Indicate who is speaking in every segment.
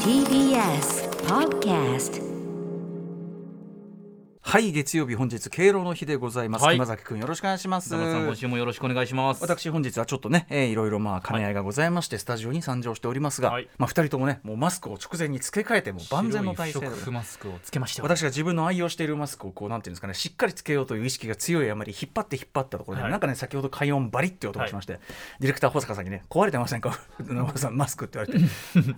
Speaker 1: TBS Podcast
Speaker 2: はい月曜日本日敬老の日でございます、
Speaker 3: はい
Speaker 2: 熊崎くんよろしくお願いします
Speaker 3: 田村さん今週もよろしくお願いします。
Speaker 2: 私本日はちょっとね、えー、いろいろまあ兼ね合いがございまして、スタジオに参上しておりますが、
Speaker 3: はい
Speaker 2: まあ二人ともねもうマスクを直前に付け替えてもう万全の体制で
Speaker 3: 白い不織布マスクをつけましたよ。
Speaker 2: 私が自分の愛用しているマスクをこうなんていうんですかねしっかりつけようという意識が強いあまり引っ張って引っ張ったところで、
Speaker 3: はい
Speaker 2: なんかね先ほど快音バリって音がしまして、ディレクター保坂さんにね壊れてませんか 野村さんマスクって言わ れて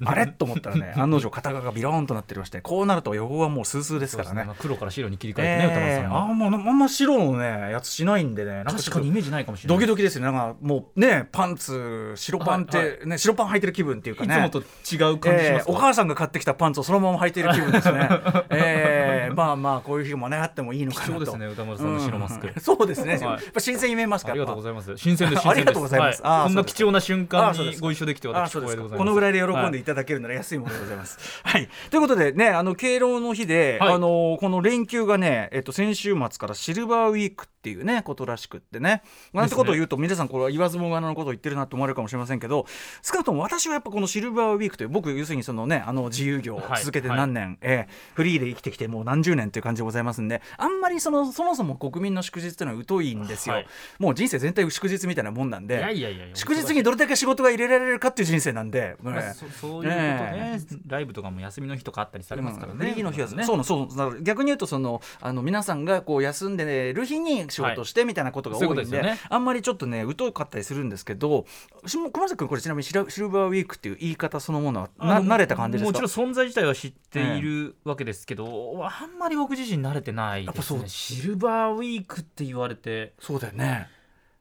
Speaker 2: あれと思ったらね案の定片側がビローンとなっておりましてこうなると予防はもうスースーです
Speaker 3: そう
Speaker 2: から
Speaker 3: ですね
Speaker 2: ね
Speaker 3: まあ黒から白に切り替えてね、田村
Speaker 2: ええ
Speaker 3: さん
Speaker 2: あ
Speaker 3: は。
Speaker 2: んまあんま白のねやつしないんでねなんかちょ
Speaker 3: 確
Speaker 2: っと
Speaker 3: かにイメージないかもしれない。
Speaker 2: ドキドキですよねなんかもうねパンツ白パンって、
Speaker 3: はい
Speaker 2: ね白パン履いてる気分っていうか
Speaker 3: い
Speaker 2: ね
Speaker 3: つもと違う感じし
Speaker 2: ええ
Speaker 3: ます
Speaker 2: お
Speaker 3: か。
Speaker 2: 母さんが買ってきたパンツをそのまま履いている気分です ね、ええまあまあこういう日もねあってもいいのかなと
Speaker 3: 貴重ですね、歌丸さんの白マスク。
Speaker 2: うんそうですね、
Speaker 3: い
Speaker 2: やっぱ新鮮に見えますか
Speaker 3: あ
Speaker 2: ら
Speaker 3: りがとうござ
Speaker 2: い
Speaker 3: います。新鮮です。
Speaker 2: あありがとうございます
Speaker 3: 新鮮で
Speaker 2: あー
Speaker 3: こんな貴重な瞬間
Speaker 2: あーそうで
Speaker 3: に
Speaker 2: す
Speaker 3: ご一緒できて
Speaker 2: あ
Speaker 3: 私
Speaker 2: そう
Speaker 3: 光
Speaker 2: ですか
Speaker 3: 栄でございます。
Speaker 2: このぐらいで喜んで
Speaker 3: はい
Speaker 2: ただけるなら安いものでございます。はい、ということでねあの敬老の日で、
Speaker 3: はい
Speaker 2: あのこの連休がね、えっと、先週末からシルバーウィークっていうねことらしくってねなんてことを言うと、皆さんこれは言わずもがなのことを言ってるなと思われるかもしれませんけど少なくとも私はやっぱこのシルバーウィークという僕要するにそのねあの自由業を続けて
Speaker 3: はいはい
Speaker 2: 何年、えーフリーで生きてきてもう何十年という感じでございますんであんまりそのそもそも国民の祝日っていうのは疎いんですよ、
Speaker 3: はい
Speaker 2: もう人生全体祝日みたいなもんなんで。
Speaker 3: いやいやいやいや。
Speaker 2: 祝日にどれだけ仕事が入れられるかっていう人生なんで、
Speaker 3: まあ
Speaker 2: ね
Speaker 3: そそういうことね、ライブとかも休みの日とかあったりされますから
Speaker 2: うん
Speaker 3: ね。
Speaker 2: フリーの日は
Speaker 3: ね。
Speaker 2: そうなのそうなの逆に言うとそのあの皆さんがこう休んでる日に仕事してみたいなことが多いんで,、
Speaker 3: そういうことですよね
Speaker 2: あんまりちょっとね疎かったりするんですけどしも熊崎君これちなみにシラシルバーウィークっていう言い方そのものは
Speaker 3: あ
Speaker 2: な
Speaker 3: のも
Speaker 2: 慣れた感じですか
Speaker 3: もちろん存在自体は知っているわけですけど、あんまり僕自身慣れてない
Speaker 2: やっぱ
Speaker 3: で
Speaker 2: そ
Speaker 3: す
Speaker 2: う
Speaker 3: ねシルバーウィークって言われて
Speaker 2: そうだよね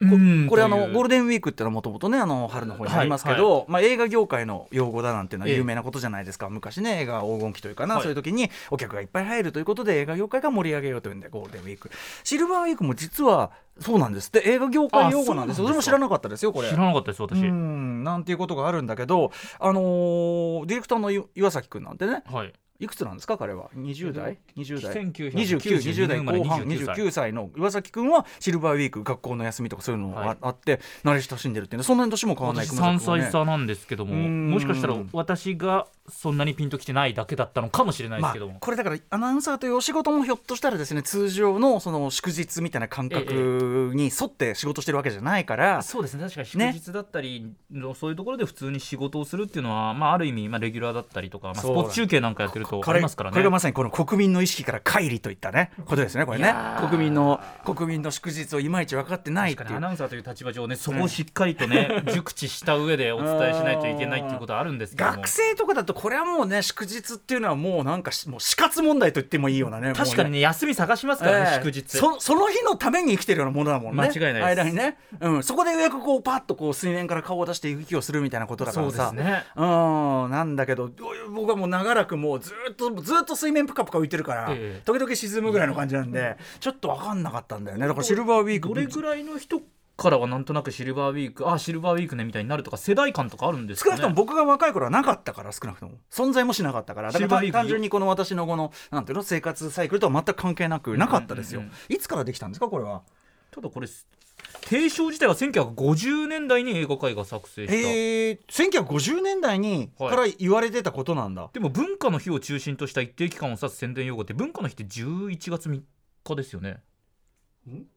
Speaker 2: これあのゴール
Speaker 3: ル
Speaker 2: デンウィークってのはもともとねあの春の方にありますけど、まあ、映画業界の用語だなんていうのは
Speaker 3: ええ
Speaker 2: 有名なことじゃないですか、昔ね映画黄金期というかな、
Speaker 3: はい
Speaker 2: そういう時にお客がいっぱい入るということで映画業界が盛り上げようというんでゴールデンウィークシルバーウィークも実はそうなんですで映画業界用語なんです
Speaker 3: あそう
Speaker 2: そ
Speaker 3: なんですか
Speaker 2: れも知らなかったですよこれ
Speaker 3: 知らなかったです私、
Speaker 2: うんなんていうことがあるんだけどあのーディレクターのゆ岩崎君なんてね
Speaker 3: はい
Speaker 2: いくつなんですか彼は20代20代
Speaker 3: 1992
Speaker 2: 2920代
Speaker 3: 生まれ
Speaker 2: 後半
Speaker 3: 29歳
Speaker 2: 29歳の岩崎君はシルバーウィーク学校の休みとかそういうのがあ,、
Speaker 3: はい
Speaker 2: って慣れ親しんでるっていうねそんなに年も変わらない
Speaker 3: 私
Speaker 2: 熊
Speaker 3: 3
Speaker 2: 崎君はね
Speaker 3: 歳差なんですけども、
Speaker 2: うん
Speaker 3: もしかしたら私がそんなにピンときてないだけだったのかもしれないで
Speaker 2: ますあ
Speaker 3: けども、、
Speaker 2: これだからアナウンサーというお仕事もひょっとしたらですね通常のその祝日みたいな感覚に沿って仕事してるわけじゃないから、
Speaker 3: そうですね確かに祝
Speaker 2: ね
Speaker 3: 日だったりの、そういうところで普通に仕事をするっていうのは、まあ、ある意味、まあ、レギュラーだったりとか、まあ、ス
Speaker 2: そう
Speaker 3: ポーツ中継なんかやってると
Speaker 2: こ
Speaker 3: あ
Speaker 2: れ
Speaker 3: りますからね
Speaker 2: これがまさにこの国民の意識から乖離といったねことですねこれ
Speaker 3: い
Speaker 2: ね
Speaker 3: やー
Speaker 2: 国民の国民の祝日をいまいち分かってないって
Speaker 3: 確
Speaker 2: い
Speaker 3: かにア
Speaker 2: う
Speaker 3: ナウンサーという立場上ねそこをしっかりとね熟知した上でお伝えしないといけないっていうことはある んですけども
Speaker 2: 学生とかだとこれはもうね祝日っていうのはもうなんかしもう死活問題と言ってもいいようなね
Speaker 3: 確かに
Speaker 2: もう
Speaker 3: ね休み探しますからね、
Speaker 2: ええ
Speaker 3: 祝日
Speaker 2: そその日のために生きてるようなものだもんね
Speaker 3: 間違いないで
Speaker 2: 間
Speaker 3: す
Speaker 2: にね、うん、そこでようやくこうパッとこう水面から顔を出して息をするみたいなことだか
Speaker 3: そ
Speaker 2: ら
Speaker 3: うで
Speaker 2: さ
Speaker 3: すね
Speaker 2: うんなんだけどどういう僕はもう長らくもうずっとずっと水面ぷかぷか浮いてるから、
Speaker 3: ええ
Speaker 2: 時々沈むぐらいの感じなんでちょっと分かんなかったんだよねだからシルバーウィーク
Speaker 3: どれぐらいの人からはなんとなくシルバーウィークあシルバーウィークねみたいになるとか世代間とかあるんです
Speaker 2: 少
Speaker 3: か
Speaker 2: な
Speaker 3: ね
Speaker 2: くとも僕が若い頃はなかったから少なくとも存在もしなかったからだ
Speaker 3: シ
Speaker 2: か
Speaker 3: ルバーウィ
Speaker 2: ら
Speaker 3: ーク
Speaker 2: 単純にこの私のこのなんていうの生活サイクルとは全く関係なくなかったですよ、
Speaker 3: うんうん
Speaker 2: いつからできたんですかこれは
Speaker 3: ただこれ提唱自体は1950年代に映画界が作成した、
Speaker 2: えー、1950年代に
Speaker 3: はい
Speaker 2: から言われてたことなんだ、
Speaker 3: でも文化の日を中心とした一定期間を指す宣伝用語って文化の日って11月3日ですよね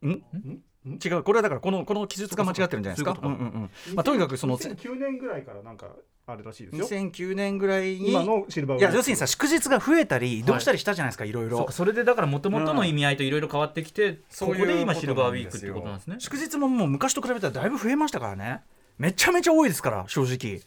Speaker 2: ん違うこれはだからこのこの記述が間違ってるんじゃないですか
Speaker 3: そういうことか
Speaker 2: んうんうんまあ、とにかくその
Speaker 4: 2009年ぐらいからなんかあるらしいですよ。
Speaker 2: 2009年ぐらいに
Speaker 4: 今のシルバーウ
Speaker 2: い
Speaker 4: ィー
Speaker 2: や
Speaker 4: ク
Speaker 2: 要するにさ祝日が増えたり移動したりしたじゃないですか、い、ろい
Speaker 3: そう
Speaker 2: ろ
Speaker 3: かそれでだからもともとの意味合いといろいろ変わってきてそこで今シルバーウィークってことなんですね
Speaker 2: 祝日ももう昔と比べたらだいぶ増えましたからねめちゃめちゃ多いですから正直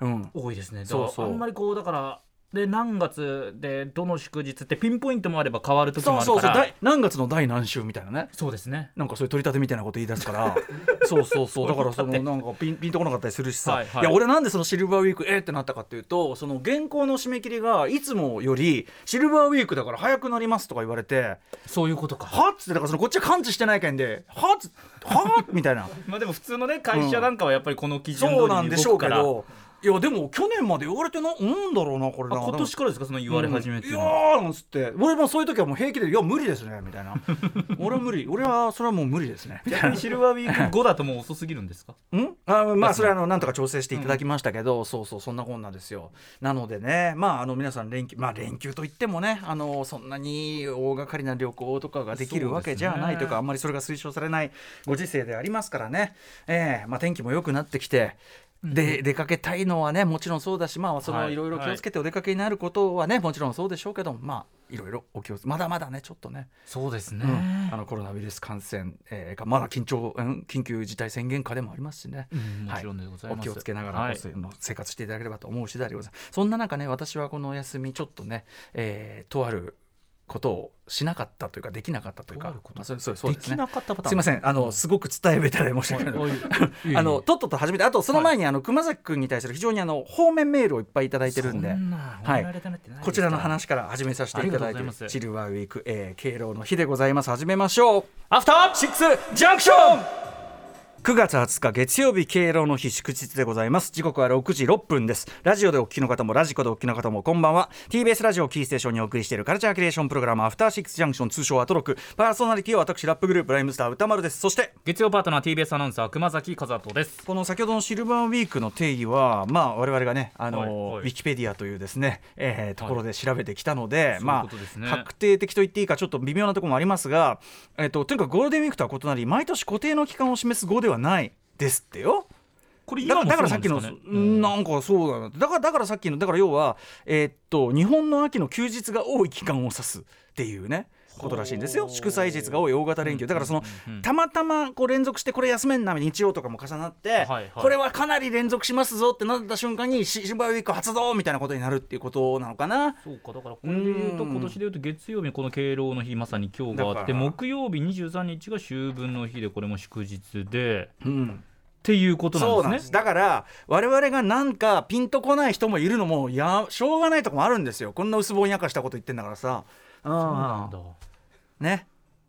Speaker 2: うん
Speaker 3: 多いですね
Speaker 2: そうそう
Speaker 3: だからあんまりこうだからで何月でどの祝日ってピンポイントもあれば変わる時も
Speaker 2: そ
Speaker 3: あ
Speaker 2: う
Speaker 3: るから
Speaker 2: そうそう第何月の第何週みたいなね
Speaker 3: そうですね
Speaker 2: なんかそういう取り立てみたいなこと言い出すから そうそうそうだからそのなんかピンピンとこなかったりするしさ、
Speaker 3: はいいはい
Speaker 2: や俺なんでそのシルバーウィークえーってなったかっていうとその原稿の締め切りがいつもよりシルバーウィークだから早くなりますとか言われて
Speaker 3: そういうことか
Speaker 2: はっつってだからそのこっちは感知してないけんではっつはっみたいな
Speaker 3: まあでも普通のね会社なんかはやっぱりこの基準通
Speaker 2: そうなん
Speaker 3: り
Speaker 2: で
Speaker 3: に
Speaker 2: し
Speaker 3: 動
Speaker 2: ょう
Speaker 3: くか
Speaker 2: け
Speaker 3: ら、
Speaker 2: どいやでも去年まで言われてななんだろうなこれ
Speaker 3: あ
Speaker 2: な
Speaker 3: 今年からですかその言われ始めって
Speaker 2: い
Speaker 3: いう
Speaker 2: や
Speaker 3: のは
Speaker 2: ーなんつって俺もそういう時はもう平気で「いや無理ですね」みたいな 「俺は無理俺はそれはもう無理ですね」みたい
Speaker 3: 逆にシルバーウィーク後だともう遅すぎるんですか
Speaker 2: なうんあまあそれはあのなんとか調整していただきましたけど、そうそうそんなこんなですよなのでねまああの皆さん連休まあ連休といってもねあのそんなに大掛かりな旅行とかができるわけじゃないという
Speaker 3: そうです
Speaker 2: か
Speaker 3: ね
Speaker 2: あんまりそれが推奨されないご時世でありますからねええまあ天気も良くなってきてで出かけたいのはねもちろんそうだしまあそ
Speaker 3: は
Speaker 2: の
Speaker 3: い
Speaker 2: いろいろ気をつけてお出かけになることはねもちろんそうでしょうけどまあいろいろお気をつけまだまだねちょっとね、
Speaker 3: そうですね、
Speaker 2: うんあのコロナウイルス感染、えーがまだ緊張うん緊急事態宣言下でもありますしね。
Speaker 3: うんも
Speaker 2: はい
Speaker 3: ちろんでござい
Speaker 2: お
Speaker 3: ます、
Speaker 2: 気をつけながら、
Speaker 3: はい
Speaker 2: おせの生活していただければと思う次第でございます。そんな中ね、私はこのお休み、ちょっとね、えーとあることをしなかったというか、できなかったというか、
Speaker 3: とあること
Speaker 2: まあそうそうそう
Speaker 3: で
Speaker 2: です
Speaker 3: き
Speaker 2: ね
Speaker 3: な。かったパターン
Speaker 2: すいません、あのすごく伝えべたら申し訳ない。あのとっとと始めて、あとその前に、あの熊崎君に対する非常にあの方面メールをいっぱいいただいてるんで。はいこちらの話から始めさせていただい
Speaker 3: ありがとうござい
Speaker 2: て
Speaker 3: ます
Speaker 2: シルバーウィーク、えー、敬老の日でございます始めましょう
Speaker 3: アフター
Speaker 2: シックスジャンクション9月20日月曜日敬老の日祝日でございます時刻は6時6分ですラジオでお聞きの方もラジコでお聞きの方もこんばんは TBS ラジオをキーステーションにお送りしているカルチャーキュレーションプログラムアフターシックスジャンクション通称アトロクパーソナリティは私ラップグループライムスター歌丸ですそして
Speaker 3: 月曜パートナー TBS アナウンサー熊崎和人です
Speaker 2: この先ほどのシルバーウィークの定義は、まあ、我々がね、あの
Speaker 3: はいはい
Speaker 2: ウィキペディアというですね、えーところで調べてきたので、
Speaker 3: い
Speaker 2: ま
Speaker 3: そういうことです
Speaker 2: あ、
Speaker 3: ね
Speaker 2: 確定的と言っていいか、ちょっと微妙なところもありますが、えっととにかくゴールデンウィークとは異なり、毎年固定の期間を示す語ではないですってよ。
Speaker 3: これ
Speaker 2: だからだから
Speaker 3: そ
Speaker 2: さ
Speaker 3: う
Speaker 2: っきの、
Speaker 3: なんですかねうん
Speaker 2: なんかそうだなだからだからさっきのだから要は、えーっと日本の秋の休日が多い期間を指すっていうねことらしいんですよ
Speaker 3: ほう
Speaker 2: 祝祭日が多い大型連休だからその、
Speaker 3: うんうん
Speaker 2: たまたまこう連続してこれ休めんな日曜とかも重なって、
Speaker 3: いはい
Speaker 2: これはかなり連続しますぞってなった瞬間にシシルバーウィーク発動みたいなことになるっていうことなのかな。
Speaker 3: そうかだからこれでいうと
Speaker 2: うん
Speaker 3: 今年でいうと月曜日この敬老の日まさに今日があって
Speaker 4: だから
Speaker 3: 木曜日23日が秋分の日でこれも祝日で
Speaker 2: うん
Speaker 3: っていうことなんですね
Speaker 2: そうなんですだから我々がなんかピンとこない人もいるのもいやしょうがないとこもあるんですよこんな薄ぼんやかしたこと言ってんだからさ。うん
Speaker 3: そうなんだ
Speaker 2: ね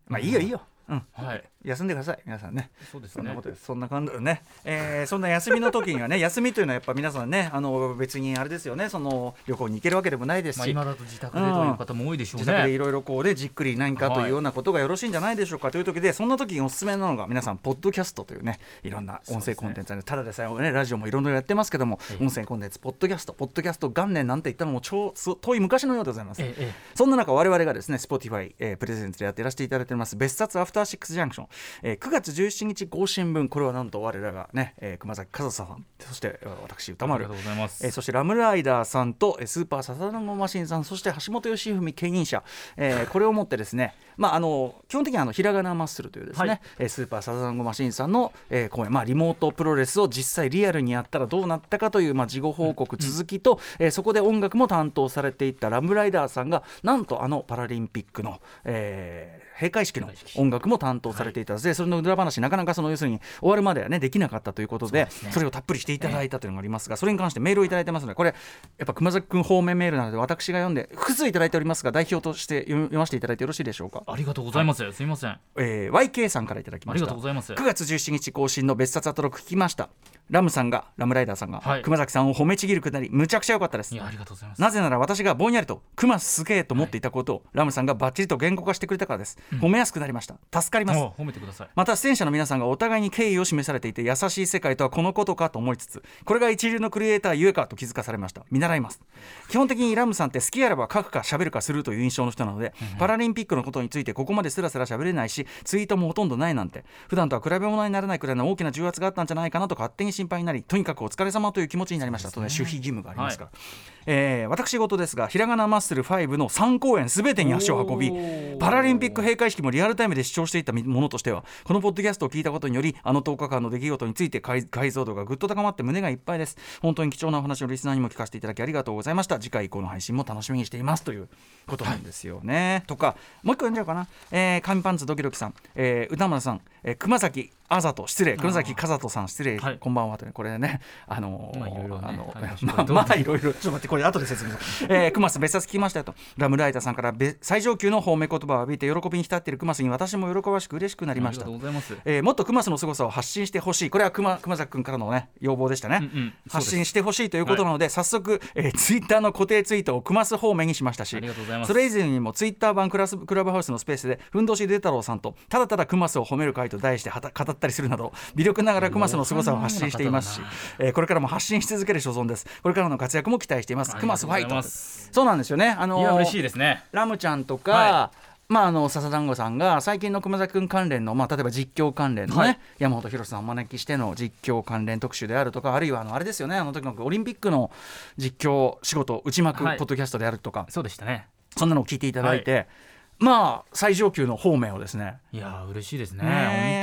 Speaker 2: まあいいよいいよ、うん、
Speaker 3: はい
Speaker 2: 休んでください皆さんね
Speaker 3: そうです
Speaker 2: そんな
Speaker 3: ね
Speaker 2: ことですそんな感じだよね、えーそんな休みの時にはね 休みというのはやっぱ皆さんねあの別にあれですよねその旅行に行けるわけでもないですし、
Speaker 3: まあ今だと自宅でという方も多いでしょう
Speaker 2: 自宅でい
Speaker 3: ね
Speaker 2: ろいろこうでじっくり何かというようなことがよろしいんじゃないでしょうかという時でそんな時におすすめなのが皆さんポッドキャストというねいろんな音声コンテンツあるただでさえねラジオもいろいろやってますけども
Speaker 3: ええ
Speaker 2: 音声コンテンツポッドキャストポッドキャスト元年なんて言ったのも超す遠い昔のようでございます
Speaker 3: ええええ
Speaker 2: そんな中我々がですね Spotify、えープレゼンツでやってらしていただいております別冊アフターシックスジャンクション、えー9月17日更新分これはなんと我らがね、えー熊崎和沙さんそしてえー私歌
Speaker 3: あり
Speaker 2: 丸
Speaker 3: がとうございます
Speaker 2: えーそしてラムライダーさんとえースーパーサザンゴマシンさんそして橋本良文牽引者、 えーこれをもってですね、まあ、あの基本的にはあのひらがなマッスルというですね、
Speaker 3: はい
Speaker 2: えースーパーサザンゴマシンさんの、えー公演、まあ、リモートプロレスを実際リアルにやったらどうなったかという、まあ、事後報告続きと、えーそこで音楽も担当されていたラムライダーさんがなんとあのパラリンピックの、えー閉会式の音楽も担当されていたので、それの裏話なかなかその要するに終わるまではねできなかったということでそれをたっぷりしていただいたというのがありますがそれに関してメールをいただいてますのでこれやっぱ熊崎君方面メールなので私が読んで複数いただいておりますが代表として読み読ませていただいてよろしいでしょうか、
Speaker 3: ありがとうございますすいませんあ
Speaker 2: えー YK さんからいただきま
Speaker 3: り
Speaker 2: し
Speaker 3: が
Speaker 2: た
Speaker 3: とうございます
Speaker 2: 9月17日更新の別冊アトロック聞きましたラムさんがラムライダーさんが、
Speaker 3: はい
Speaker 2: 熊崎さんを褒めちぎるくだりむちゃくちゃ良かったです
Speaker 3: いやありがとうございます
Speaker 2: なぜなら私がぼんやりと「クマすげえ」と思っていたことを、ラムさんがバッチリと言語化してくれたからです、褒めやすくなりました助かります
Speaker 3: お褒めてください
Speaker 2: また出演者の皆さんがお互いに敬意を示されていて優しい世界とはこのことかと思いつつこれが一流のクリエイターゆえかと気づかされました見習います基本的にラムさんって好きあれば書くか喋るかするという印象の人なのでパラリンピックのことについてここまですらすら喋れないしツイートもほとんどないなんて普段とは比べ物にならないくらいの大きな重圧があったんじゃないかなと勝手に心配になりとにかくお疲れ様という気持ちになりましたとね守秘義務がありますから、えー私事ですがひらがなマッスル5の3公演全てに足を運び
Speaker 3: おー
Speaker 2: パラリンピック閉会式もリアルタイムで視聴していたものとしてはこのポッドキャストを聞いたことによりあの10日間の出来事について解解像度がぐっと高まって胸がいっぱいです本当に貴重なお話をリスナーにも聞かせていただきありがとうございました次回以降の配信も楽しみにしていますということなんですよね、とかもう一個読んじゃおうかな、えー、紙パンツドキドキさん、えー、歌丸さんえー熊崎あざと失礼熊崎かざとさん失礼、
Speaker 3: はい
Speaker 2: こんばんはとねこれねあのー
Speaker 3: まあいろいろね
Speaker 2: あの
Speaker 3: ありましたけ ど
Speaker 2: まあまあいろいろちょっと待ってこれ後で説明します、えー、熊さん別冊聞きましたよとラムライターさんからべ最上級の褒め言葉を浴びて喜びに浸っている熊さんに私も喜ばしく嬉しくなりました
Speaker 3: ありがとうございます。
Speaker 2: えーもっと熊須の凄さを発信してほしいこれは熊熊崎君からの、ね、要望でしたね、
Speaker 3: うんうん
Speaker 2: 発信してほしいということなので、早速、えー、ツイッターの固定ツイートを熊須方面にしましたし
Speaker 3: ありがとうございます
Speaker 2: それ以前にもツイッター版クラスクラブハウスのスペースでふんどし出太郎さんとただただ熊須を褒める会と題してはた語ったりするなど微力ながら熊須の凄さを発信していますし
Speaker 3: おー、
Speaker 2: えーこれからも発信し続ける所存ですこれからの活躍も期待しています
Speaker 3: あり
Speaker 2: 熊
Speaker 3: が
Speaker 2: 須フ
Speaker 3: とうござ
Speaker 2: ァイ
Speaker 3: い
Speaker 2: ト
Speaker 3: ます
Speaker 2: そうなんですよねあのー
Speaker 3: いや嬉しいですね。
Speaker 2: ラムちゃんとか、
Speaker 3: は
Speaker 2: まあ、あの笹団子さんが最近の熊崎君関連の、まあ、例えば実況関連のね、
Speaker 3: はい
Speaker 2: 山本博さんをお招きしての実況関連特集であるとかあるいはあのあれですよねあの時のオリンピックの実況仕事内幕ポッ
Speaker 3: はい
Speaker 2: ドキャストであるとか、
Speaker 3: そうでしたね。
Speaker 2: そんなのを聞いていただいて、まあ最上級の方面をですね
Speaker 3: いやー嬉しいですね
Speaker 2: ね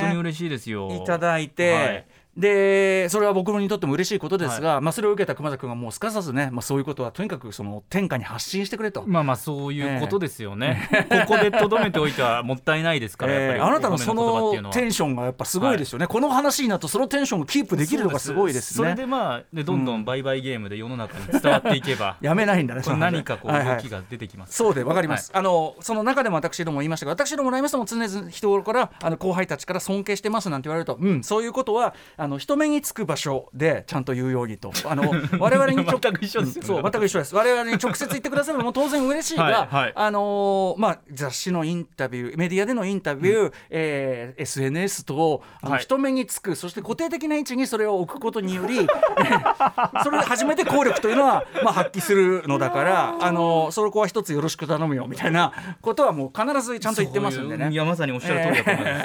Speaker 2: え
Speaker 3: 本当に嬉しいですよ。
Speaker 2: いただいて、
Speaker 3: はい
Speaker 2: でそれは僕にとっても嬉しいことですが、まあ、それを受けた熊崎君がもうすかさずね、まあ、そういうことはとにかくその天下に発信してくれと。
Speaker 3: まあまあそういうことですよね。ここでとどめておいてはもったいないですから、やっぱ
Speaker 2: え
Speaker 3: り
Speaker 2: ーあなたのそ
Speaker 3: お米言葉っていう
Speaker 2: の
Speaker 3: は
Speaker 2: テンションがやっぱすごいですよね、この話になるとそのテンションをキープできるのがすごいです
Speaker 3: そう
Speaker 2: ね
Speaker 3: それでまあでどんどん売買ゲームで世の中に伝わっていけば
Speaker 2: やめないんだね
Speaker 3: こう何かこう
Speaker 2: はいは
Speaker 3: 動
Speaker 2: い
Speaker 3: きが出てきます。
Speaker 2: そうでわかります、あのその中でも私ども言いましたが私どもライムスターも常々人頃からあの後輩たちから尊敬してますなんて言われると、うん、そういうことはあの人目につく場所でちゃんと言うようにとあ の我々にちょ
Speaker 3: 全く一緒ですよね
Speaker 2: そう全く一緒です我々に直接言ってくださるのも当然嬉しいが、
Speaker 3: はいはい
Speaker 2: あのーまあ、雑誌のインタビューメディアでのインタビュー、えー SNS とあの
Speaker 3: はい
Speaker 2: 人目につくそして固定的な位置にそれを置くことによりえーそれで初めて効力というのは、まあ、発揮するのだからあのーそこは一つよろしく頼むよみたいなことはもう必ずちゃんと言ってますんで
Speaker 3: そういうい
Speaker 2: ね。
Speaker 3: やまさにおっしゃる通りだと思い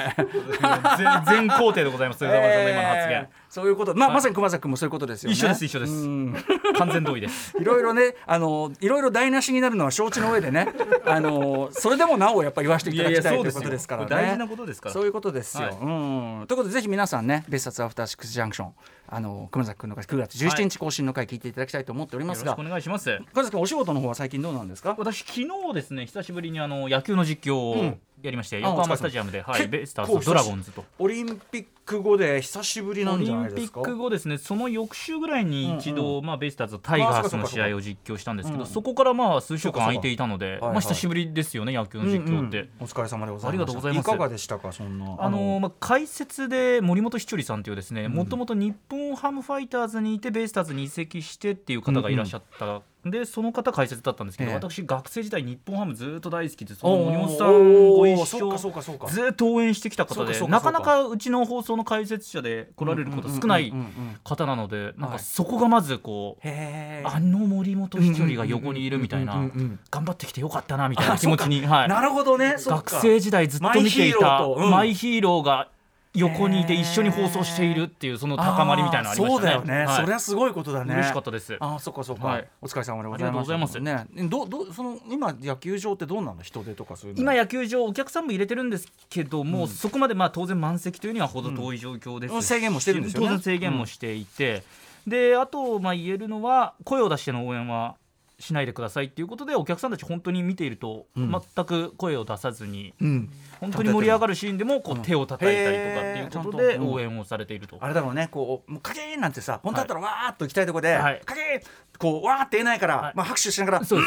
Speaker 3: ます。 全全工程でございます。山田さんの今の発言
Speaker 2: えー。そういうこと、まあ、まさに熊崎君もそういうことですよね。
Speaker 3: 一緒です一緒です
Speaker 2: うん
Speaker 3: 完全同意です。
Speaker 2: いろいろね、あのいろいろ台無しになるのは承知の上で ね、あのそれでもなおやっぱ言わせていただきたいということですからね。
Speaker 3: これ大事なことですから。
Speaker 2: そういうことですよ。
Speaker 3: は
Speaker 2: う
Speaker 3: い
Speaker 2: ん。ということでぜひ皆さんね、別冊アフターシックスジャンクション、あの熊崎君の回9月17日更新の回聞いていただきたいと思っておりま
Speaker 3: よ
Speaker 2: す
Speaker 3: ろ
Speaker 2: が、
Speaker 3: しくお願いします。
Speaker 2: 熊崎君お仕事の方は最近どうなんですか。
Speaker 3: 私昨日ですね久しぶりにあの野球の実況
Speaker 2: う
Speaker 3: を
Speaker 2: ん
Speaker 3: やりまして、
Speaker 2: あお疲
Speaker 3: 横
Speaker 2: れ様
Speaker 3: 浜スタジアムで、は
Speaker 2: 結
Speaker 3: い、
Speaker 2: 構
Speaker 3: ベイスターズとドラゴンズと。
Speaker 2: オリンピック後で久しぶりな
Speaker 3: オ
Speaker 2: ん
Speaker 3: リ
Speaker 2: じゃない
Speaker 3: ン
Speaker 2: で
Speaker 3: ピ
Speaker 2: すか。
Speaker 3: ック後ですねその翌週ぐらいに一度、まあ、ベイスターズとタイガースの試合を実況したんですけど、
Speaker 2: うん
Speaker 3: そこからまあ数週
Speaker 2: そうか
Speaker 3: 間
Speaker 2: そうか
Speaker 3: 空いていたの
Speaker 2: は
Speaker 3: で、
Speaker 2: い
Speaker 3: まあ、久しぶりですよね野球の実況って。
Speaker 2: うんうんお疲れ様でございました。
Speaker 3: ありがとうございます
Speaker 2: いかがでしたかそんな。
Speaker 3: あのまあ、解説で森本稀哲さんというですねもともと日本ハムファイターズにいてベイスターズに移籍してっていう方がいらっしゃった、でその方解説だったんですけど、
Speaker 2: ええ
Speaker 3: 私学生時代日本ハムずっと大好きでその
Speaker 2: おー
Speaker 3: 森本さんご一
Speaker 2: そうかそ
Speaker 3: 緒
Speaker 2: うかそうか。
Speaker 3: ずっと応援してきた方
Speaker 2: そうか
Speaker 3: で
Speaker 2: そうか
Speaker 3: な
Speaker 2: そうか
Speaker 3: かなかうちの放送の解説者で来られること少ない
Speaker 2: うんうんうんうん
Speaker 3: 方なのでな
Speaker 2: は
Speaker 3: んか
Speaker 2: い
Speaker 3: そこがまずこう
Speaker 2: へえ。
Speaker 3: あの森本稀哲が横にいるみたい
Speaker 2: うんうん
Speaker 3: な
Speaker 2: うんうんうん
Speaker 3: 頑張ってきてよかったなみたいな気持ちに、はい、
Speaker 2: なるほどね。そっ
Speaker 3: 学
Speaker 2: か
Speaker 3: 生時代ずっと
Speaker 2: マ
Speaker 3: 見てい
Speaker 2: イヒー
Speaker 3: た
Speaker 2: ローとうん
Speaker 3: マイヒーローが横にいて一緒に放送しているっていうその高まりみたいなのありましたね
Speaker 2: あーそうだよね。
Speaker 3: はい
Speaker 2: それはすごいことだね。
Speaker 3: 嬉しかったです
Speaker 2: ああ、そっかそっか、
Speaker 3: はい
Speaker 2: お疲れ様でご
Speaker 3: ありがとうご
Speaker 2: ざ
Speaker 3: ざ
Speaker 2: い
Speaker 3: い
Speaker 2: ま。
Speaker 3: ますす
Speaker 2: ね、どうどうその今野球場ってどうなの人手とかそういうの。
Speaker 3: 今野球場お客さんも入れてるんですけども、そこまでまあ当然満席というにはほど遠い状況ですし、
Speaker 2: うん制限もしてるんですよね
Speaker 3: 当然制限もしていて、であとまあ言えるのは声を出しての応援はしないでくださいっていうことでお客さんたち本当に見ていると
Speaker 2: ん
Speaker 3: 全く声を出さずに、
Speaker 2: うん。
Speaker 3: 本当に盛り上がるシーンでもこう手を叩いたりとかっていうこと
Speaker 2: へ
Speaker 3: で
Speaker 2: ーちゃんと
Speaker 3: 応援をされていると。
Speaker 2: あれだろうね、こうもうカキーンなんてさ、本当だったらわーっと行きたいとこで、
Speaker 3: はい
Speaker 2: カキーンこうわーって言えないから、
Speaker 3: はい
Speaker 2: まあ拍手しながら、
Speaker 3: そうで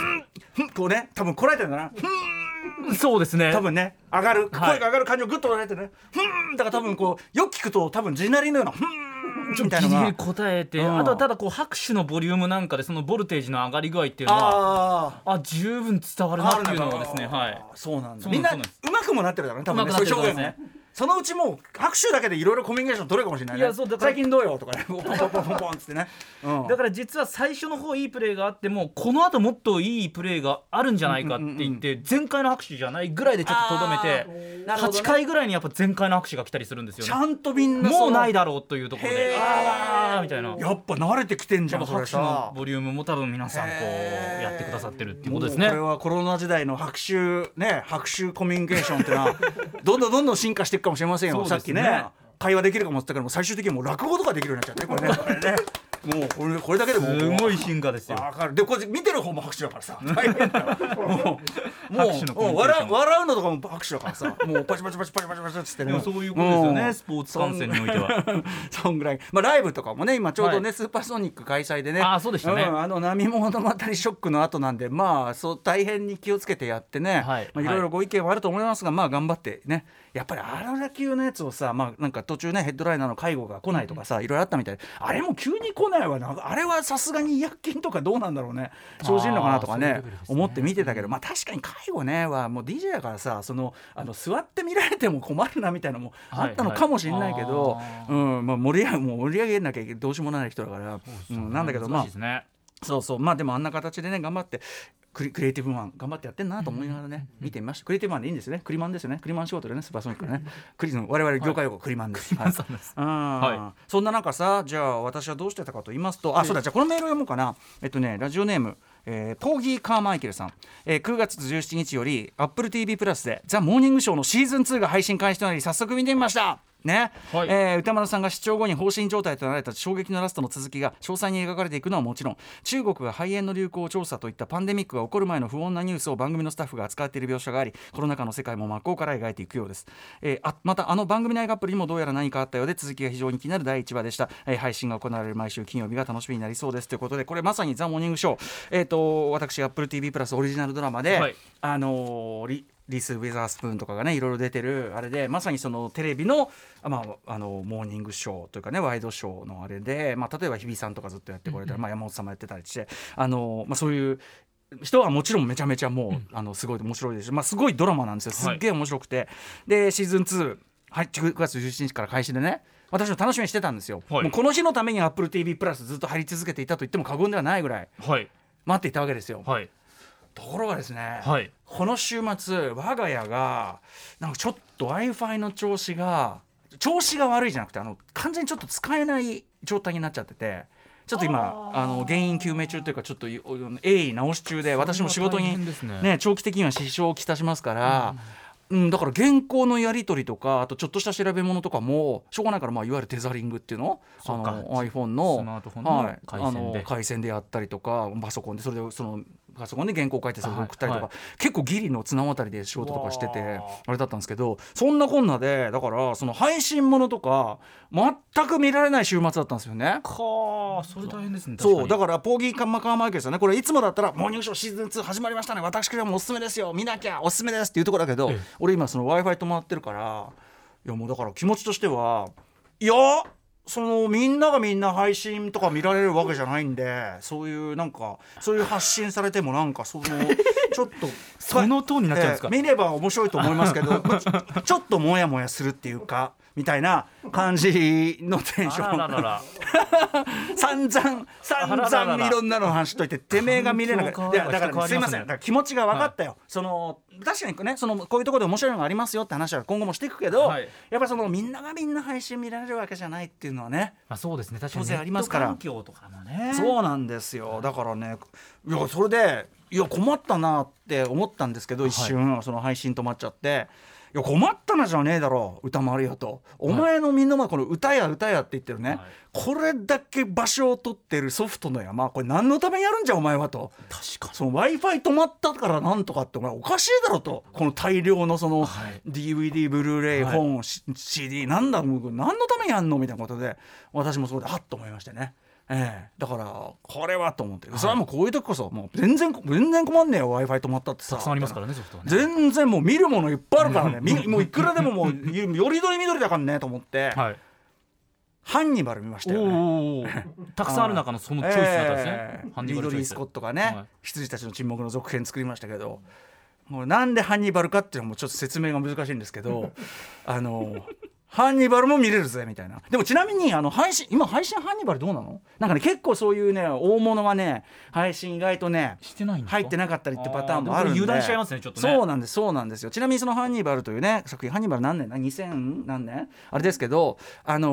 Speaker 2: ふんこうね、多分こらえてるんだな。ふん
Speaker 3: すそうですね
Speaker 2: 多分ね、上がる
Speaker 3: はい
Speaker 2: 声が上がる感じをぐっとこらえてね、ふんだから多分こうよく聞くと多分地鳴りのようなふんみたい
Speaker 3: ギ
Speaker 2: なの
Speaker 3: リギ
Speaker 2: が
Speaker 3: リ。答えて、
Speaker 2: うん
Speaker 3: あとはただこう拍手のボリュームなんかでそのボルテージの上がり具合っていうのは
Speaker 2: あ
Speaker 3: あ十分伝わ
Speaker 2: あ
Speaker 3: るなっていうのがですねはい。
Speaker 2: そうなんだ。
Speaker 3: そう
Speaker 2: みんな
Speaker 3: そう
Speaker 2: う
Speaker 3: なんです
Speaker 2: まくもなってるだろうね、多分ね。
Speaker 3: うまくなってる
Speaker 2: そういう表現
Speaker 3: そう
Speaker 2: もね。そのうちもう拍手だけでいろいろコミュニケーション取れるかもしれないね。
Speaker 3: いやそうだから
Speaker 2: 最近どうよとかね、ポンポンポンポンポンっつってね。うん
Speaker 3: だから実は最初の方いいプレーがあってもこの後もっといいプレーがあるんじゃないかって言って、前回の拍手じゃないぐらいでちょっととどめ
Speaker 2: あ
Speaker 3: て、
Speaker 2: ーなるほどね
Speaker 3: 8回ぐらいにやっぱ前回の拍手が来たりするんですよ
Speaker 2: ち
Speaker 3: ね
Speaker 2: ゃんとみんな
Speaker 3: もうない
Speaker 2: だ
Speaker 3: だろうというところ
Speaker 2: へ
Speaker 3: で
Speaker 2: ー
Speaker 3: あーみたいな
Speaker 2: やっぱ慣れてきてんじ
Speaker 3: 多
Speaker 2: ゃん
Speaker 3: 分
Speaker 2: それ
Speaker 3: 拍手の
Speaker 2: さ
Speaker 3: ボリュームも多分皆さんこ
Speaker 2: へー
Speaker 3: うやってくださってるっていうことです
Speaker 2: もう
Speaker 3: ね
Speaker 2: これはコロナ時代の拍手ね拍手コミュニケーションっての はどんどんどんどん進化していくかもしれませんよ、
Speaker 3: そう
Speaker 2: さ
Speaker 3: で
Speaker 2: っ
Speaker 3: す
Speaker 2: き
Speaker 3: ね
Speaker 2: ね会話できるかもって言ったけども最終的にもう落語とかできるようになっちゃってこれねこれねもうこれこれだけでも
Speaker 3: すごい進化ですよ
Speaker 2: わかるでこれ見てる方も拍手だからさ大変だよもうもうう
Speaker 3: 拍手のコミュニケーション
Speaker 2: ん笑う笑うのとかも拍手だからさもうパチパチパチパチパチパチって
Speaker 3: で
Speaker 2: ね
Speaker 3: もそういうことですよね、
Speaker 2: うん
Speaker 3: スポーツ観戦においては
Speaker 2: そんぐらい、まあ、ライブとかもね今ちょうどね、
Speaker 3: は
Speaker 2: スーパーソニック開催でね
Speaker 3: あーそうでしたね
Speaker 2: んあの波物語ショックの後なんでまあそう大変に気をつけてやってね、
Speaker 3: はい
Speaker 2: まあ、い
Speaker 3: はい
Speaker 2: ろいろご意見はあると思いますが、まあ頑張ってねやっぱりあれだけのやつをさ、まあ、なんか途中ねヘッドライナーの介護が来ないとかさ、いろいろあったみたいであれも急に来ないわなあれはさすがに医薬金とかどうなんだろうね生じるのかなとか
Speaker 3: あーそういうレ
Speaker 2: ね
Speaker 3: ベルですね
Speaker 2: 思って見てたけど、まあ、確かに介護ねはもう DJ だからさそのあの座って見られても困るなみたいなのもあったのかもしれないけど。
Speaker 3: はいはいあー
Speaker 2: うんまあ、盛り上げもう盛り上げなきゃいけどうしようもない人だからう、ん、なんだけどま
Speaker 3: 難しいですね
Speaker 2: あそうそうまあでもあんな形でね頑張ってクリクリエイティブマン頑張ってやってんなと思いながらね、見てみましたクリエイティブマンでいいんですよねクリマンですよねクリマン仕事でねスーパーソニックの ねクリの我々業界用語クリマンです、はい
Speaker 3: は
Speaker 2: はい、そんな中さじゃあ私はどうしてたかと言いますとあそうだじゃあこのメールを読もうかなえっとねラジオネームえーポーギー・カーマイケルさん、えー9月17日より AppleTV プラスで「ザ・モーニングショー」のシーズン2が配信開始となり早速見てみましたね、
Speaker 3: はい
Speaker 2: えー歌丸さんが視聴後に放心状態となられた衝撃のラストの続きが詳細に描かれていくのはもちろん中国が肺炎の流行調査といったパンデミックが起こる前の不穏なニュースを番組のスタッフが扱っている描写がありコロナ禍の世界も真っ向から描いていくようです、えーあまたあの番組内アプリにもどうやら何かあったようで続きが非常に気になる第1話でした、えー配信が行われる毎週金曜日が楽しみになりそうですということでこれまさに「ザ・モーニングショー」えー、と私 AppleTV プラスオリジナルドラマで、
Speaker 3: はい
Speaker 2: あのーリリス・ウェザースプーンとかがねいろいろ出てるあれでまさにそのテレビの,、あまあ、あのモーニングショーというかねワイドショーのあれで、まあ、例えば日比さんとかずっとやってこれたり、まあ、山本さんもやってたりして、あのーまあ、そういう人はもちろんめちゃめちゃもう、あのすごい面白いですし、まあ、すごいドラマなんですよすっげえ面白くて、でシーズン2、はい、9月17日から開始でね私も楽しみにしてたんですよ、
Speaker 3: はい
Speaker 2: もうこの日のために AppleTV プラスずっと張り続けていたと言っても過言で はないぐらい
Speaker 3: はい
Speaker 2: 待っていたわけですよ、
Speaker 3: はい
Speaker 2: ところがですね、
Speaker 3: はい
Speaker 2: この週末我が家がなんかちょっと w i f i の調子が調子が悪いじゃなくてあの完全にちょっと使えない状態になっちゃってて。ちょっと今あの原因究明中というかちょっとい鋭意直し中で私も仕事
Speaker 3: 大
Speaker 2: に
Speaker 3: 変ですね
Speaker 2: ね、長期的には支障をきたしますから、うんだから原稿のやり取りとかあとちょっとした調べ物とかもしょうがないから、まあ、いわゆるテザリングっていうのあ
Speaker 3: そうか
Speaker 2: の iPhone の
Speaker 3: スマートフォンの回線で
Speaker 2: はい、あの回線でやったりとかパソコンでそれでそのパソコンで原稿書いてそれを送ったりとか、
Speaker 3: はいは
Speaker 2: 結構ギリの綱渡りで仕事とかして
Speaker 3: う
Speaker 2: て
Speaker 3: わ
Speaker 2: あれだったんですけどそんなこんなでだからその配信ものとか全く見られない週末だったんですよね。
Speaker 3: かあそれ大変ですね
Speaker 2: そうだ
Speaker 3: か
Speaker 2: からポーギーカンマカーマイケルさんねこれいつもだったら「モーニングショーシーズン2始まりましたね私からもおすすめですよ見なきゃおすすめです」っていうところだけど、
Speaker 3: ええ
Speaker 2: 俺今その w i f i 止まってるからいやもうだから気持ちとしてはいやそのみんながみんな配信とか見られるわけじゃないんでそういうなんかそういう発信されてもなんかその ちょっと
Speaker 3: そのトーンになっちゃうんですか、
Speaker 2: ええ見れば面白いと思いますけ どまあちちょっとモヤモヤするっていうかみたいな感じのテンション
Speaker 3: あららら ら
Speaker 2: 散々散々いろんなの話しといててめえが見れなかったい
Speaker 3: 環境変わ
Speaker 2: やだ
Speaker 3: る
Speaker 2: から
Speaker 3: 人変わりますね
Speaker 2: すいませんだから気持ちが分かったよ、その確かにねそのこういうところで面白いのがありますよって話は今後もしていくけど、
Speaker 3: はい
Speaker 2: やっぱりそのみんながみんな配信見られるわけじゃないっていうのはね
Speaker 3: まあそうですね確か
Speaker 2: 当
Speaker 3: に
Speaker 2: 然ありますから
Speaker 3: ネット環境とかもね
Speaker 2: そうなんですよだからねいやそれでいや困ったなって思ったんですけど一瞬、その配信止まっちゃって。いや困ったなじゃねえだろ歌もあるよとお前のみんな前この歌や歌やって言ってるね、
Speaker 3: はい
Speaker 2: これだけ場所を取ってるソフトの山これ何のためにやるんじゃお前はと
Speaker 3: 確かに
Speaker 2: その w i f i 止まったからなんとかってお前おかしいだろとこの大量のその
Speaker 3: はい
Speaker 2: DVD ブルーレイ
Speaker 3: はい
Speaker 2: 本、し CD なんだもう何のためにやんのみたいなことで私もそこでハッと思いましてね。ええ、だからこれはと思って、それはもうこういう時こそもう全然全然困んねえよ w i f i 止まったってさ
Speaker 3: たくさんありますからねソフトはね
Speaker 2: 全然もう見るものいっぱいあるから ねみもういくらでももうよりどり緑だからねと思って、
Speaker 3: はい
Speaker 2: ハンニバル見ましたよね。
Speaker 3: おおたくさんある中のそのチョイスだったんですね、
Speaker 2: ええ
Speaker 3: ハンニ
Speaker 2: リ
Speaker 3: バ
Speaker 2: ードリ
Speaker 3: ルチョ
Speaker 2: ー・
Speaker 3: イス
Speaker 2: スコットがね、
Speaker 3: はい
Speaker 2: 羊たちの沈黙の続編作りましたけど、もうなんでハンニバルかっていうのもちょっと説明が難しいんですけ どあのハンニバルも見れるぜみたいなでもちなみにあの配信今配信ハンニバルどうなのなんかね結構そういうね大物がね配信意外とね
Speaker 3: してないんですか
Speaker 2: 入ってなかったりってパターンもあるんで
Speaker 3: あーでもこれ油断しちゃいますねちょっとね
Speaker 2: そうなんですそうなんですよちなみにその「ハンニバル」というね作品ハンニバル何年だ2000何年あれですけどあの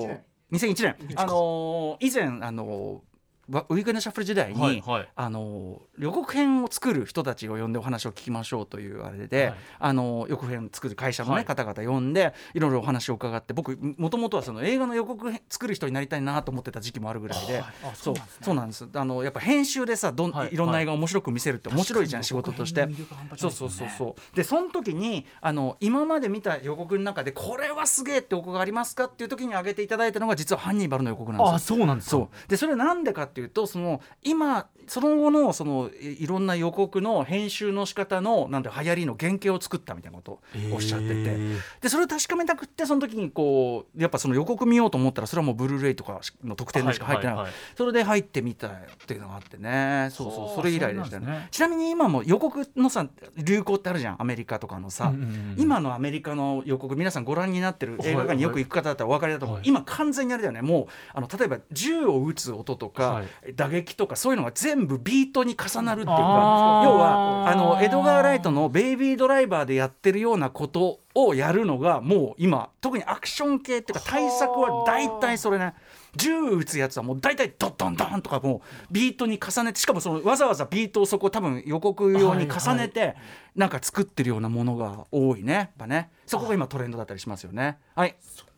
Speaker 2: ー、2001年あのー以前あのーわウィークエンドシャッフル時代に、
Speaker 3: はいはい
Speaker 2: あの予告編を作る人たちを呼んでお話を聞きましょうというあれで、
Speaker 3: はい
Speaker 2: あの予告編作る会社の、ね
Speaker 3: はい
Speaker 2: 方々呼んでいろいろお話を伺って僕もともとはその映画の予告編作る人になりたいなと思ってた時期もあるぐらいで。
Speaker 3: あ
Speaker 2: そ
Speaker 3: そううなんですね
Speaker 2: そうなんですあのやっぱ編集でさどん、
Speaker 3: はいい、
Speaker 2: ろんな映画を面白く見せるって面白いじゃん、仕事として。そうそうそうそうでその時にあの今まで見た予告の中でこれはすげえってお告がありますかっていう時に挙げていただいたのが実はハンニバルの予告なんですよ
Speaker 3: あそうなんですか
Speaker 2: そうでそれなんでかっていうとその今その後のそのいいろんな予告の編集の仕方のなんて流行りの原型を作ったみたいなことをおっしゃってて、
Speaker 3: へー
Speaker 2: でそれを確かめたくってその時にこうやっぱその予告見ようと思ったらそれはもうブルーレイとかの特典でしか入ってない、
Speaker 3: はいはいはい
Speaker 2: それで入ってみたっていうのがあってねそう
Speaker 3: は
Speaker 2: そう
Speaker 3: あ
Speaker 2: それ以来でした
Speaker 3: そう
Speaker 2: ね
Speaker 3: なんですね
Speaker 2: ちなみに今も予告のさ流行ってあるじゃんアメリカとかのさ、
Speaker 3: うんうんうん
Speaker 2: 今のアメリカの予告皆さんご覧になってる
Speaker 3: はい
Speaker 2: 映画館によく行く方だったらお分かりだと思う、
Speaker 3: はい
Speaker 2: 今完全にあれだよねもうあの例えば銃を撃つ音とか、
Speaker 3: はい
Speaker 2: 打撃とかそういうのが全部ビートに重なるっていうか要
Speaker 3: あー
Speaker 2: はあのエドガー・ライトの「ベイビードライバー」でやってるようなことをやるのがもう今特にアクション系っていうか対策は大体それね銃撃つやつはもう大体ドッドンドンとかもうビートに重ねてしかもそのわざわざビートをそこ多分予告用に重ねて、なんか作ってるようなものが多いねやっぱねそこが今トレンドだったりしますよねはい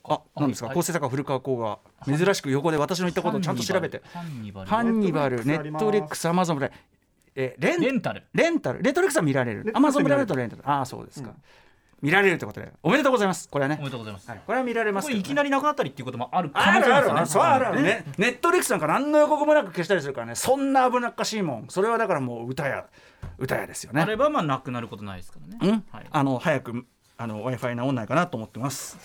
Speaker 2: あ何ですか
Speaker 3: はい
Speaker 2: 構成作家古川光が珍しく横で私の言ったことをちゃんと調べて
Speaker 3: ハンニバル
Speaker 2: ハンニバル、ネ
Speaker 4: ネットフリックスあり
Speaker 2: ッ
Speaker 4: ます
Speaker 2: トフリックス、アマゾンプライム、えーレン
Speaker 3: レンタル
Speaker 2: レンタル、レトリックスは見られる
Speaker 4: レン、タ
Speaker 2: ア
Speaker 4: ル
Speaker 2: マゾンプライムだとレンタル、ああ、そうですか、見られるってことで、おめでとうございます、これは
Speaker 3: おめ
Speaker 2: ね、
Speaker 3: でとうございます、
Speaker 2: はい、これは見られます
Speaker 3: こ
Speaker 2: け
Speaker 3: れ
Speaker 2: どね、
Speaker 3: いきなりなくなったりっていうこともある可
Speaker 2: あ
Speaker 3: 能性
Speaker 2: るあ
Speaker 3: ですよ
Speaker 2: る
Speaker 3: ね
Speaker 2: ある、そうあるあるね。ネットリックスなんか何の予告もなく消したりするからね、そんな危なっかしいもん、それはだからもう歌や、歌やですよ
Speaker 3: あ
Speaker 2: ね。
Speaker 3: ればまあなくなることないですからね。
Speaker 2: うん、
Speaker 3: はい。
Speaker 2: あの早くあの Wi-Fi 直んないかなと思ってます。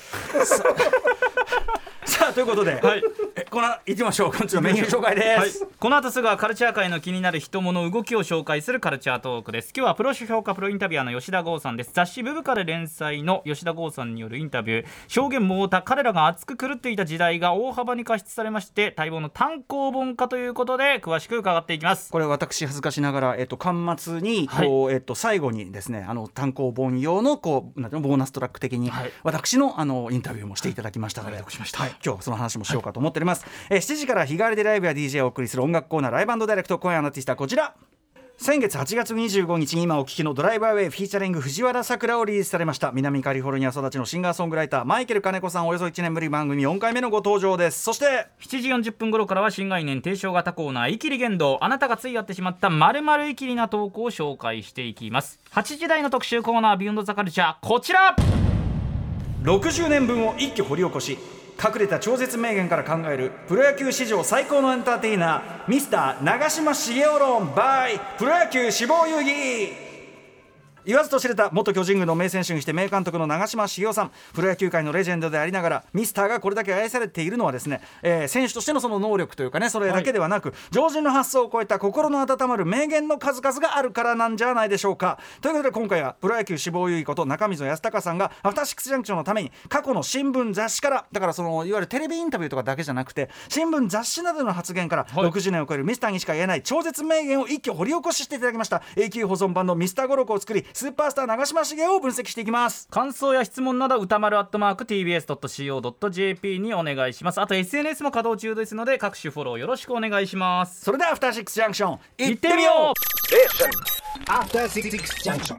Speaker 2: さ あさあということで、
Speaker 3: はい
Speaker 2: えこの行きましょう。今週のメニュー紹介です。
Speaker 3: はい、この後すぐはカルチャー界の気になる人物動きを紹介するカルチャートークです今日はプロ評価プロインタビュアーの吉田剛さんです雑誌「ブブカ」で連載の吉田剛さんによるインタビュー証言も多た彼らが熱く狂っていた時代が大幅に過失されまして待望の単行本化ということで詳しく伺っていきます
Speaker 2: これ私恥ずかしながら、えっと、端末に
Speaker 3: はい
Speaker 2: こう、えっと、最後にですねあの単行本用のこうなんていうのボーナストラック的に、
Speaker 3: はい
Speaker 2: 私のあのインタビューもしていただきましたので、
Speaker 3: はいお願いいたしました
Speaker 2: はい、今日はその話もしようかと思っております、えー7時から日替わりでライブや DJ をお送りする音楽コーナーライブダイレクト今夜のアーティストはこちら先月8月25日に今お聞きのドライバーウェイフィーチャリング藤原さくらをリリースされました南カリフォルニア育ちのシンガーソングライターマイケル金子さんおよそ1年ぶり番組4回目のご登場ですそして
Speaker 3: 7時40分頃からは新概念提唱型コーナー「イキリ言動」あなたがついやってしまったまるイキリな投稿を紹介していきます8時台の特集コーナー「ビヨンドザカルチャーこちら
Speaker 2: 60年分を一挙掘り起こし隠れた超絶名言から考えるプロ野球史上最高のエンターテイナーミスター長嶋茂雄論 by プロ野球志望遊戯言わずと知れた元巨人軍の名選手にして名監督の長嶋茂雄さんプロ野球界のレジェンドでありながらミスターがこれだけ愛されているのはですね、えー選手としてのその能力というかねそれだけではなく、常人の発想を超えた心の温まる名言の数々があるからなんじゃないでしょうかということで今回はプロ野球志望優位こと中溝康隆さんがアフターシックスジャンクションのために過去の新聞雑誌からだからそのいわゆるテレビインタビューとかだけじゃなくて新聞雑誌などの発言から
Speaker 3: い
Speaker 2: 60年を超えるミスターにしか言えない超絶名言を一挙掘り起こししていただきました永久保存版のミスター語録を作りスーパースター長嶋茂雄を分析していきます
Speaker 3: 感想や質問など歌丸アットマーク TBS.CO.JP にお願いしますあと SNS も稼働中ですので各種フォローよろしくお願いします
Speaker 2: それではアフターシックスジャンクション
Speaker 3: 行
Speaker 2: 行っ
Speaker 3: ってて
Speaker 2: み
Speaker 3: み
Speaker 2: よう
Speaker 3: よう
Speaker 1: After Six Junction.